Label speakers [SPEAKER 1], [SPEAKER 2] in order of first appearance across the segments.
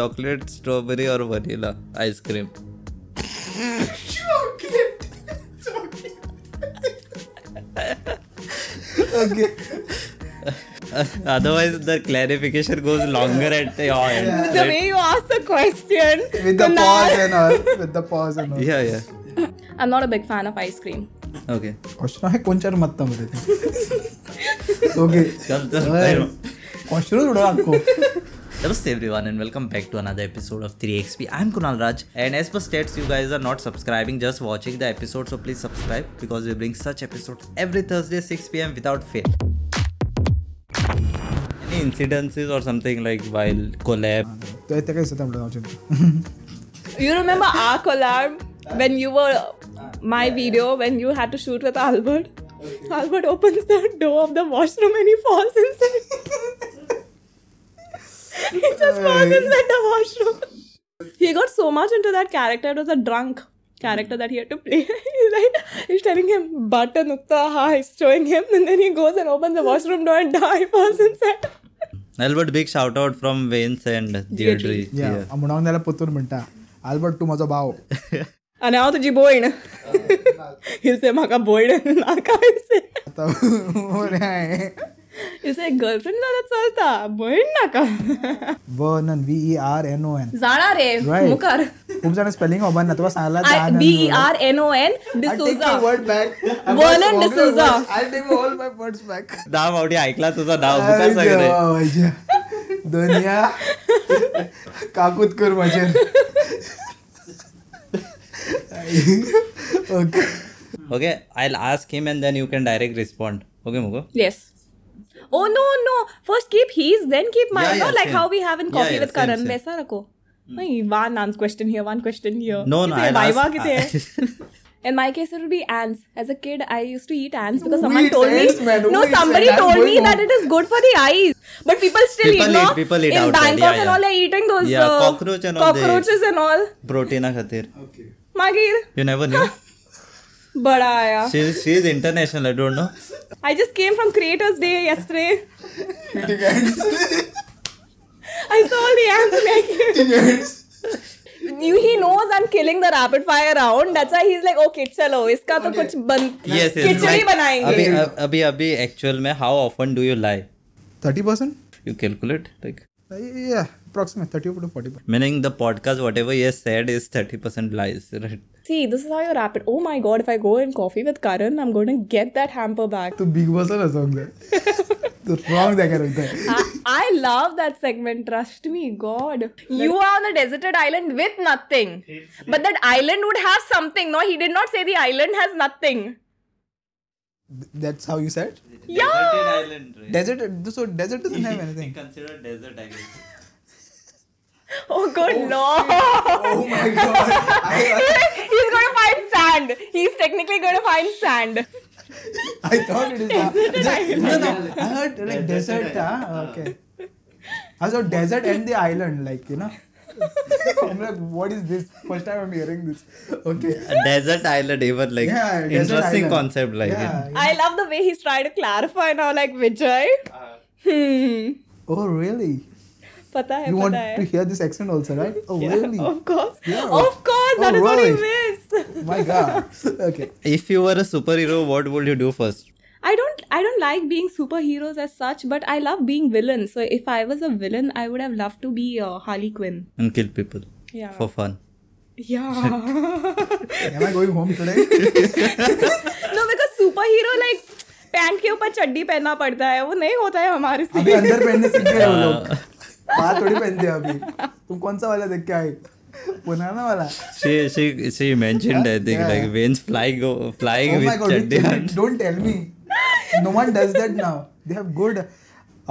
[SPEAKER 1] Chocolate strawberry और vanilla ice cream Otherwise, the clarification goes longer at your end.
[SPEAKER 2] The
[SPEAKER 1] right?
[SPEAKER 2] way you asked the question,
[SPEAKER 3] With the pause and all. With the pause and all.
[SPEAKER 1] Yeah, yeah.
[SPEAKER 2] I'm not a big fan of ice cream.
[SPEAKER 1] Okay.
[SPEAKER 3] Question आहे कोणच्या मत्तामध्ये ते okay
[SPEAKER 1] Kaltar Bhairwa.
[SPEAKER 3] Question थोडं आपको
[SPEAKER 1] Namaste everyone and welcome back to another episode of 3XP. I'm Kunal Raj and as per stats you guys are not subscribing just watching the episode so please subscribe because we bring such episodes every Thursday 6pm without fail. Any incidences or something like while collab?
[SPEAKER 3] तर ते काय सतत आपलं
[SPEAKER 2] You remember our collab when you were my video when you had to shoot with Albert? Albert opens the door of the washroom and he falls inside. he just falls inside the washroom. He got so much into that character. It was a drunk character that he had to play. he's like, he's telling him butter nukta ha. He's showing him, and then he goes and opens the washroom door and die falls inside.
[SPEAKER 1] Albert big shout out from Vince and Deirdre.
[SPEAKER 3] या म्हणून त्याला पोतून म्हणता Albert तू माझा भाव
[SPEAKER 2] आणि हांव तुजी भयण हिल्से म्हाका भयण नाका हिल्से
[SPEAKER 3] आता बरे आहे
[SPEAKER 2] हिल्से गर्लफ्रेंड जाल्यार चलता भयण नाका
[SPEAKER 3] one N V E R N O N
[SPEAKER 2] जाणा रे
[SPEAKER 3] Right.
[SPEAKER 2] मुखार
[SPEAKER 3] खूप जण स्पेलिंग खबर ना तुका सांगला
[SPEAKER 2] I
[SPEAKER 3] E
[SPEAKER 2] B E R N O N D'Souza
[SPEAKER 3] word back
[SPEAKER 2] E Vernon D'Souza.
[SPEAKER 3] I take all my words back
[SPEAKER 1] नाव आवडी ऐकला तुझं नाव मुखार सांग रे.
[SPEAKER 3] दुनिया काकूत कर माझे okay
[SPEAKER 1] Okay, I'll ask him and then you can direct respond. Okay, Mugo?
[SPEAKER 2] Yes oh no no first keep his then keep my
[SPEAKER 1] Yeah, yeah,
[SPEAKER 2] not like
[SPEAKER 1] same.
[SPEAKER 2] How we have in
[SPEAKER 1] Yeah,
[SPEAKER 2] coffee
[SPEAKER 1] yeah,
[SPEAKER 2] with
[SPEAKER 1] same,
[SPEAKER 2] Karan
[SPEAKER 1] same.
[SPEAKER 2] वैसा रखो नहीं one आंस question here one question here
[SPEAKER 1] No, no, I'll
[SPEAKER 2] viva
[SPEAKER 1] ask-
[SPEAKER 2] किते In my case, it would be ants. As a kid, I used to eat ants because someone
[SPEAKER 3] eats
[SPEAKER 2] told
[SPEAKER 3] ants,
[SPEAKER 2] me.
[SPEAKER 3] man? Who
[SPEAKER 2] no,
[SPEAKER 3] eats
[SPEAKER 2] somebody
[SPEAKER 3] ants?
[SPEAKER 2] told
[SPEAKER 3] That's
[SPEAKER 2] me
[SPEAKER 3] going
[SPEAKER 2] that
[SPEAKER 3] on.
[SPEAKER 2] it is good for the eyes. But people still
[SPEAKER 1] People
[SPEAKER 2] eat, no?
[SPEAKER 1] eat- people eat
[SPEAKER 2] In
[SPEAKER 1] outside,
[SPEAKER 2] Bangkok
[SPEAKER 1] yeah,
[SPEAKER 2] and
[SPEAKER 1] yeah.
[SPEAKER 2] all, they're eating those
[SPEAKER 1] Yeah,
[SPEAKER 2] uh,
[SPEAKER 1] cockroach and all they-
[SPEAKER 2] cockroaches and all.
[SPEAKER 1] प्रोटीना खातीर
[SPEAKER 2] Magir,
[SPEAKER 1] you never knew
[SPEAKER 2] bada aaya.
[SPEAKER 1] She she is international I don't know
[SPEAKER 2] I just came from Creators Day yesterday. I saw all the ants making. You, he knows I'm killing the rapid fire round. That's why he's like, okay, chalo, iska to kuch ban-
[SPEAKER 1] yes yes
[SPEAKER 2] khichdi
[SPEAKER 1] अभी
[SPEAKER 2] बनाएंगे.
[SPEAKER 1] अब- अभी अभी actual में how often do you lie
[SPEAKER 3] thirty percent
[SPEAKER 1] you calculate like
[SPEAKER 3] या approximate thirty to forty
[SPEAKER 1] meaning the podcast whatever ये said is thirty percent lies right
[SPEAKER 2] See, this is how you're rapid. Oh my god, if I go in coffee with Karan, I'm going to get that hamper back.
[SPEAKER 3] तू big boss ना song तू wrong जाग्यार वयता
[SPEAKER 2] I, I love that segment, trust me, God. You are on a deserted island with nothing. But that island would have something. No, he did not say the island has nothing.
[SPEAKER 3] That's how you sat
[SPEAKER 2] Yeah!
[SPEAKER 3] Desert so desert doesn't have anything
[SPEAKER 2] Oh good lord!
[SPEAKER 3] Oh my god. uh,
[SPEAKER 2] He's gonna find sand. He's technically gonna find sand.
[SPEAKER 3] I thought it is that. No, no. I heard like desert. Ah, okay. I saw desert and the island, like you know. I'm like, what is this? First time I'm hearing this. Okay.
[SPEAKER 1] Desert island इवर like
[SPEAKER 3] Yeah, desert
[SPEAKER 1] interesting
[SPEAKER 3] island.
[SPEAKER 1] Concept like
[SPEAKER 3] Yeah.
[SPEAKER 2] I love the way he's trying to clarify now, like Vijay.
[SPEAKER 3] Uh,
[SPEAKER 2] Hmm.
[SPEAKER 3] Oh really?
[SPEAKER 2] Pata hai,
[SPEAKER 3] You want
[SPEAKER 2] pata
[SPEAKER 3] to
[SPEAKER 2] hai.
[SPEAKER 3] hear this accent also, right? Oh
[SPEAKER 2] Yeah,
[SPEAKER 3] really?
[SPEAKER 2] Of course.
[SPEAKER 3] Yeah.
[SPEAKER 2] Of course, that
[SPEAKER 3] Oh,
[SPEAKER 2] is
[SPEAKER 3] right.
[SPEAKER 2] what he missed.
[SPEAKER 3] My God. Okay.
[SPEAKER 1] If you were a super hero what would you do first
[SPEAKER 2] I don't I don't like being superheroes as such, but I love being villains. So if I was a villain, I would have loved to be uh, Harley Quinn.
[SPEAKER 1] And kill people
[SPEAKER 2] Yeah.
[SPEAKER 1] For fun
[SPEAKER 2] Yeah.
[SPEAKER 3] Am I going home today?
[SPEAKER 2] No because super hero like pant के ऊपर चड्डी पहनना पड़ता है वो नहीं होता है हमारे से
[SPEAKER 3] अभी अंदर पहनने सीख गए वो लोग बात थोड़ी पहनते हैं अभी तुम कौन सा वाला देख के आए पुराना वाला
[SPEAKER 1] she she she mentioned i think
[SPEAKER 3] Yeah.
[SPEAKER 1] like veins flying o- flying
[SPEAKER 3] Oh
[SPEAKER 1] with
[SPEAKER 3] my god, don't
[SPEAKER 1] chaddi
[SPEAKER 3] tell, me,
[SPEAKER 1] and-
[SPEAKER 3] don't tell me. No one does that now. They have good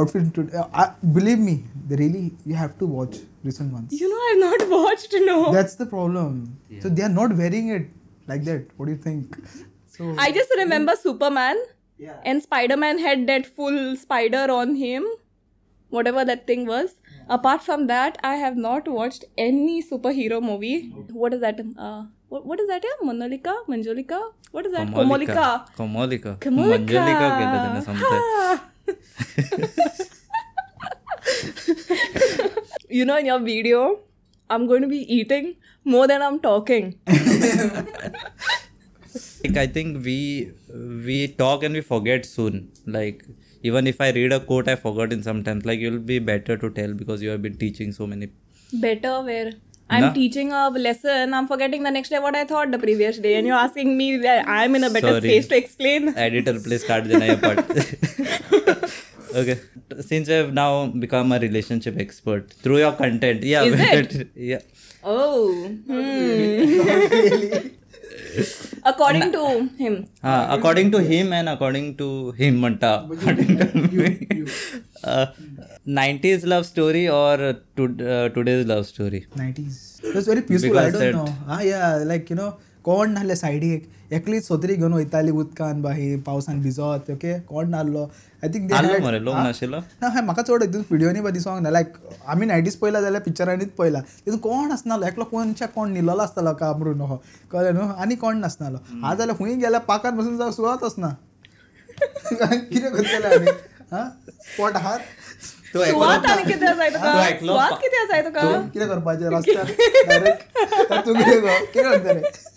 [SPEAKER 3] outfit to uh, I- believe me, they really you have to watch recent ones.
[SPEAKER 2] You know I not watched no
[SPEAKER 3] That's the problem. So they are not wearing it like that. What do you think? So
[SPEAKER 2] I just remember Superman and Spiderman had that full spider on him whatever that thing was apart from that i have not watched any superhero movie what is that uh, what, what is that yeah monolika manjolika what is that komolika
[SPEAKER 1] Komolika
[SPEAKER 2] komolika
[SPEAKER 1] Manjulika केलं त्याने समजतंय
[SPEAKER 2] Ha. you know, in your video, I'm going to be eating more than I'm talking.
[SPEAKER 1] like i think we we talk and we forget soon like even if i read a quote i forgot in sometimes like you'll be better to tell because you have been teaching so many
[SPEAKER 2] Better where I'm
[SPEAKER 1] Nah.
[SPEAKER 2] teaching a lesson, I'm forgetting the next day what I thought the previous day, and you're asking me that I'm in a better
[SPEAKER 1] Sorry. Eh.
[SPEAKER 2] space to explain.
[SPEAKER 1] editor please start the new part okay since i've now become a relationship expert through your content yeah
[SPEAKER 2] Is it?
[SPEAKER 1] yeah
[SPEAKER 2] Oh. Hmm. According to him.
[SPEAKER 1] uh, according to him and according to him Manta. According to me. Uh, 90s love story or to, uh, today's love story
[SPEAKER 3] 90s. That's very peaceful. I
[SPEAKER 1] Because
[SPEAKER 3] don't
[SPEAKER 1] that-
[SPEAKER 3] know. Ah, yeah, like you know, कोण नाहले सायडीक एकलीच सोत्री घेवन वयताली उदकान बाही पावसान भिजत okay कोण नाहलो I think
[SPEAKER 1] आलो मरे लोक नाशिल्लो
[SPEAKER 3] ना हाय म्हाका चड हितून व्हिडिओनी बी दिसोंक ना लायक आमी नायटीज पयला जाल्यार पिक्चरांनीच पयला तितून कोण आसनालो एकलो कोणच्या कोण निलोलो आसतालो कामरून हो कळ्ळें न्हू आनी कोण नासनालो आज जाल्यार खूंय गेल्यार पाकान बसून जावं सुवात आसना कितें करतले आमी हा स्पॉट आहात
[SPEAKER 1] तो
[SPEAKER 2] स्वाद आणि किती असायचं
[SPEAKER 1] तो
[SPEAKER 2] का
[SPEAKER 1] ऐकलो.
[SPEAKER 2] स्वाद किती असायचं का
[SPEAKER 3] कितें करपाचें रस्त्यार डायरेक्ट तूं कितें गो कितें करतले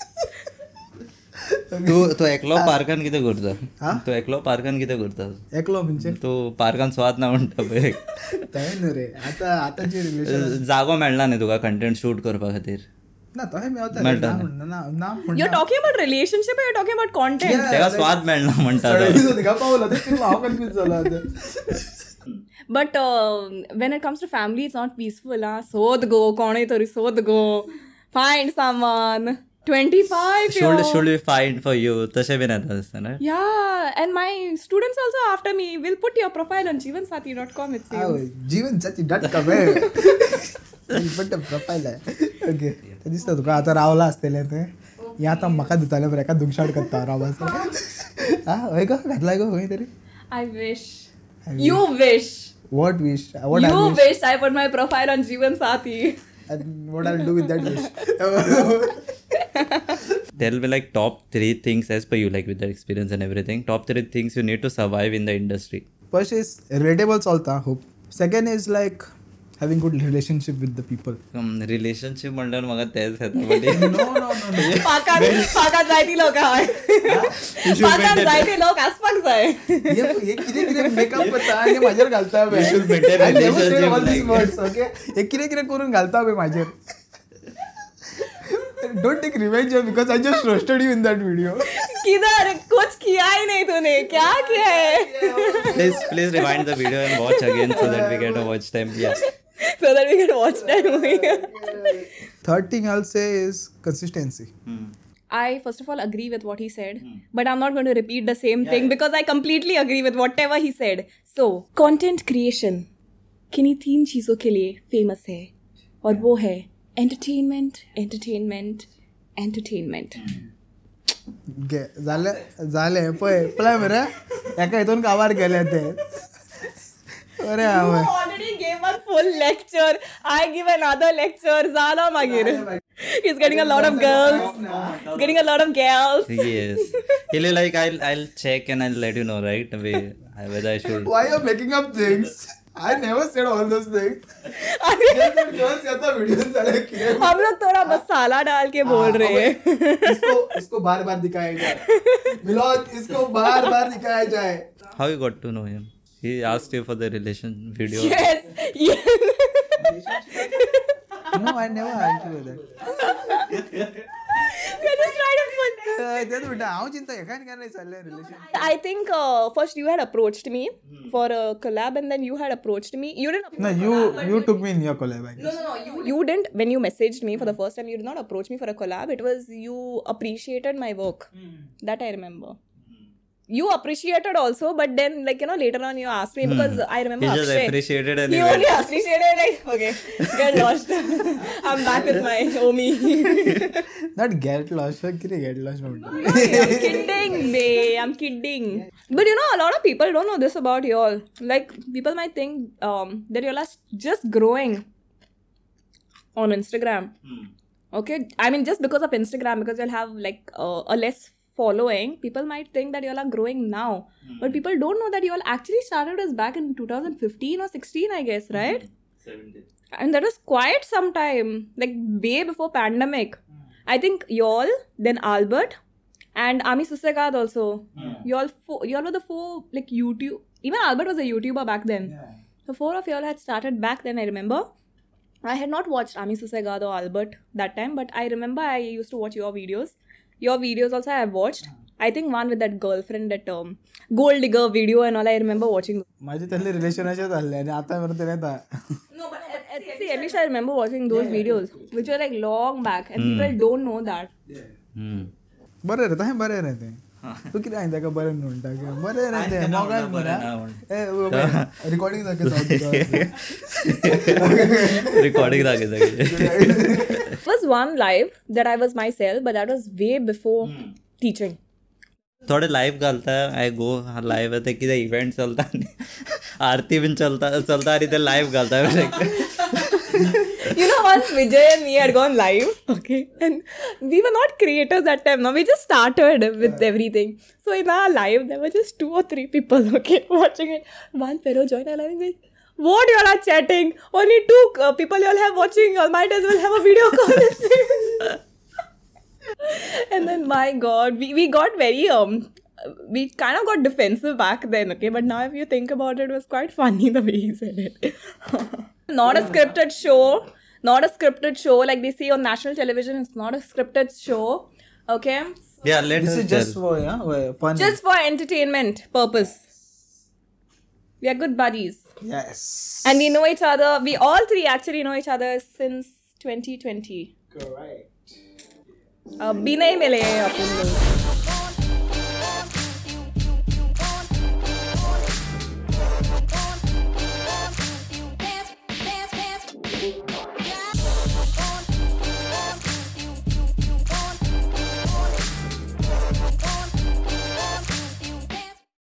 [SPEAKER 1] तू तो एकलो पार्कान कितें
[SPEAKER 3] हा?
[SPEAKER 1] करता तो एकलो पार्कान कितें करता
[SPEAKER 3] एकलो म्हणजे
[SPEAKER 1] तू पार्कान स्वाद ना म्हणटा पळय
[SPEAKER 3] तहें न्हू रे आतां आतांचे रिलेशन
[SPEAKER 1] जागो मेळना न्ही तुका कंटेंट शूट करपा खातीर
[SPEAKER 3] ना तहें मेळता रे,
[SPEAKER 1] मेळटा
[SPEAKER 3] ना
[SPEAKER 1] न्ही.
[SPEAKER 3] म्हणना, ना- ना
[SPEAKER 2] You're
[SPEAKER 3] म्हणना.
[SPEAKER 2] talking about relationship or you're talking about content?
[SPEAKER 1] तेका स्वाद मेळना म्हणटा तो.
[SPEAKER 3] सडळीच होती का पावला तें हांव कन्फ्यूज जाला आतां
[SPEAKER 2] But uh, when it comes to family, it's not peaceful. Huh? Sod go, kone tori sod go. Find someone. 25
[SPEAKER 1] should
[SPEAKER 2] year
[SPEAKER 1] should be fine for you तशें बीन येता दिसता ना
[SPEAKER 2] Yeah, and my students also after me will put your profile on jivansati.com. It seems.
[SPEAKER 3] आवय, जीवन जाती dot com आहे पण प्रोफाईल आहे ओके ते दिसता तुका आता रावला आसतलें तें हे आतां म्हाका दितालें बरें एका दुमशाट करता रावपाचो हा हय गो घातला गो खंय तरी
[SPEAKER 2] I wish. You wish.
[SPEAKER 3] What wish what I
[SPEAKER 2] you
[SPEAKER 3] wish
[SPEAKER 2] wish I put my profile on Jivansati.
[SPEAKER 3] What I do with that wish
[SPEAKER 1] there will be like top three things as per you like with that experience and everything top three things you need to survive in the industry
[SPEAKER 3] first is relatable चलता खूब second is like having good relationship with the people
[SPEAKER 1] um, relationship म्हणल्यार म्हाका तेच येता but
[SPEAKER 3] no no no
[SPEAKER 2] पाकात पाकात जायती लोक हाय पाकात जायते लोक आसपाक जाय
[SPEAKER 3] ये ये किरे किरे मेकअप करता आणि माझ्यावर घालता बे.
[SPEAKER 1] You should better
[SPEAKER 3] I never said
[SPEAKER 1] relationship
[SPEAKER 3] all these
[SPEAKER 1] like-
[SPEAKER 3] words, okay? हे किरे किरे करून घालता बे माझ्यावर don't take revenge because I just roasted you in that video
[SPEAKER 2] किधर कुछ किया ही नहीं तूने क्या किया है
[SPEAKER 1] please please rewind the video and watch again so that we get a watch time yeah
[SPEAKER 2] so that we can watch that movie
[SPEAKER 3] third thing I say is consistency
[SPEAKER 2] I first of all agree with what he said, but I'm not going to repeat the same thing because I completely agree with whatever he said. So, content creation किन्हीं तीन चीज़ों के लिए famous है और वो है entertainment, entertainment, entertainment.
[SPEAKER 3] घे झालं झाले पळय पळय मरे एका हितून काबार गेले ते अरे आवय
[SPEAKER 2] You already gave one full lecture. I give another lecture. Zala magir. He's getting a lot of girls. He's getting a lot of girls.
[SPEAKER 1] yes Ili, like I'll I'll check and I'll let you know right away whether I should
[SPEAKER 3] why are making up things I never said all those things girls येता video झाले किरे
[SPEAKER 2] हम लोग थोड़ा मसाला डाल के बोल
[SPEAKER 3] हाँ,
[SPEAKER 2] रहे हैं
[SPEAKER 3] इसको इसको बार बार दिखाया जाए मिलोद इसको बार बार दिखाया जाए
[SPEAKER 1] how you got to know him he asked you for the relation video
[SPEAKER 2] Yes, yes.
[SPEAKER 3] No I never answer with that
[SPEAKER 2] We're just trying to put-
[SPEAKER 3] तेच म्हणटा हांव चिंता एकान काय नाही चालले relation
[SPEAKER 2] I think uh, first you had approached me for a collab, and then you had approached me. You didn't.
[SPEAKER 3] No, you you took me in your collab, I guess.
[SPEAKER 2] No, no, you, you didn't. Hmm. When you messaged me for the first time, you did not approach me for a collab. It was you appreciated my work. That I remember. Hmm. You appreciated also, but then like you know later on you asked me because I remember
[SPEAKER 1] he just
[SPEAKER 2] Akshay.
[SPEAKER 1] appreciated and
[SPEAKER 2] He
[SPEAKER 1] he
[SPEAKER 2] only
[SPEAKER 1] went
[SPEAKER 2] appreciated like okay, get lost. I'm back with my Omi.
[SPEAKER 3] Not get lost, but किती get lost म्हणतो.
[SPEAKER 2] I'm kidding, babe. I'm kidding. But you know, a lot of people don't know this about y'all. Like, people might think um, that y'all are just growing on Instagram. Okay? I mean, just because of Instagram, because you'll have like uh, a less following, people might think that y'all are growing now. But people don't know that y'all actually started us back in 2015 or 16, I guess, right? and that was quite some time, like way before pandemic. I think y'all, then Albert, and Ami Susegad also. Y'all, four, y'all were the four like YouTube. Even Albert was a YouTuber back then. The four of y'all had started back then. I remember. I had not watched Ami Susegad or Albert that time, but I remember I used to watch your videos. Your videos also I have watched. I think one with that girlfriend, that um, gold digger video and all. I remember watching.
[SPEAKER 3] माझे त्यातले relation असे चालले आणि आतापर्यंत नाही आता
[SPEAKER 2] No, but at, see, at least I remember watching those videos, which were like long back, and people don't know that.
[SPEAKER 1] Hmm.
[SPEAKER 3] बरे रे हे बरे रे ते तू किती सांगता का बरे म्हणून टाक बरे रे ते मग काय Eh, बरा रिकॉर्डिंग दाखवतो
[SPEAKER 1] Recording राखे सगळे.
[SPEAKER 2] It was one live that I was myself, but that was way before teaching.
[SPEAKER 1] थोडे लाईव्ह घालता आय गो लाईव्ह येते कितें इव्हेंट चलता आनी आरती बीन चलता चलता आनी ते लाईव्ह घालता
[SPEAKER 2] You know, once Vijay and me had gone live, okay, and we were not creators that time. Now we just started with everything. So in our live, there were just two or three people, okay, watching it. One fellow joined our live and said, "What you all are chatting? Only two uh, people you all have watching. You all might as well have a video call." and see." and then my god we, we got very um we kind of got defensive back then okay but now if you think about it it was quite funny the way he said it not a scripted show not a scripted show like they say on national television it's not a scripted show okay
[SPEAKER 1] yeah let
[SPEAKER 3] this is just for fun
[SPEAKER 2] just for entertainment purpose we are good buddies
[SPEAKER 3] yes
[SPEAKER 2] and we know each other we all three actually know each other since 2020
[SPEAKER 3] correct
[SPEAKER 2] uh, bina hi mile hain अपन लोग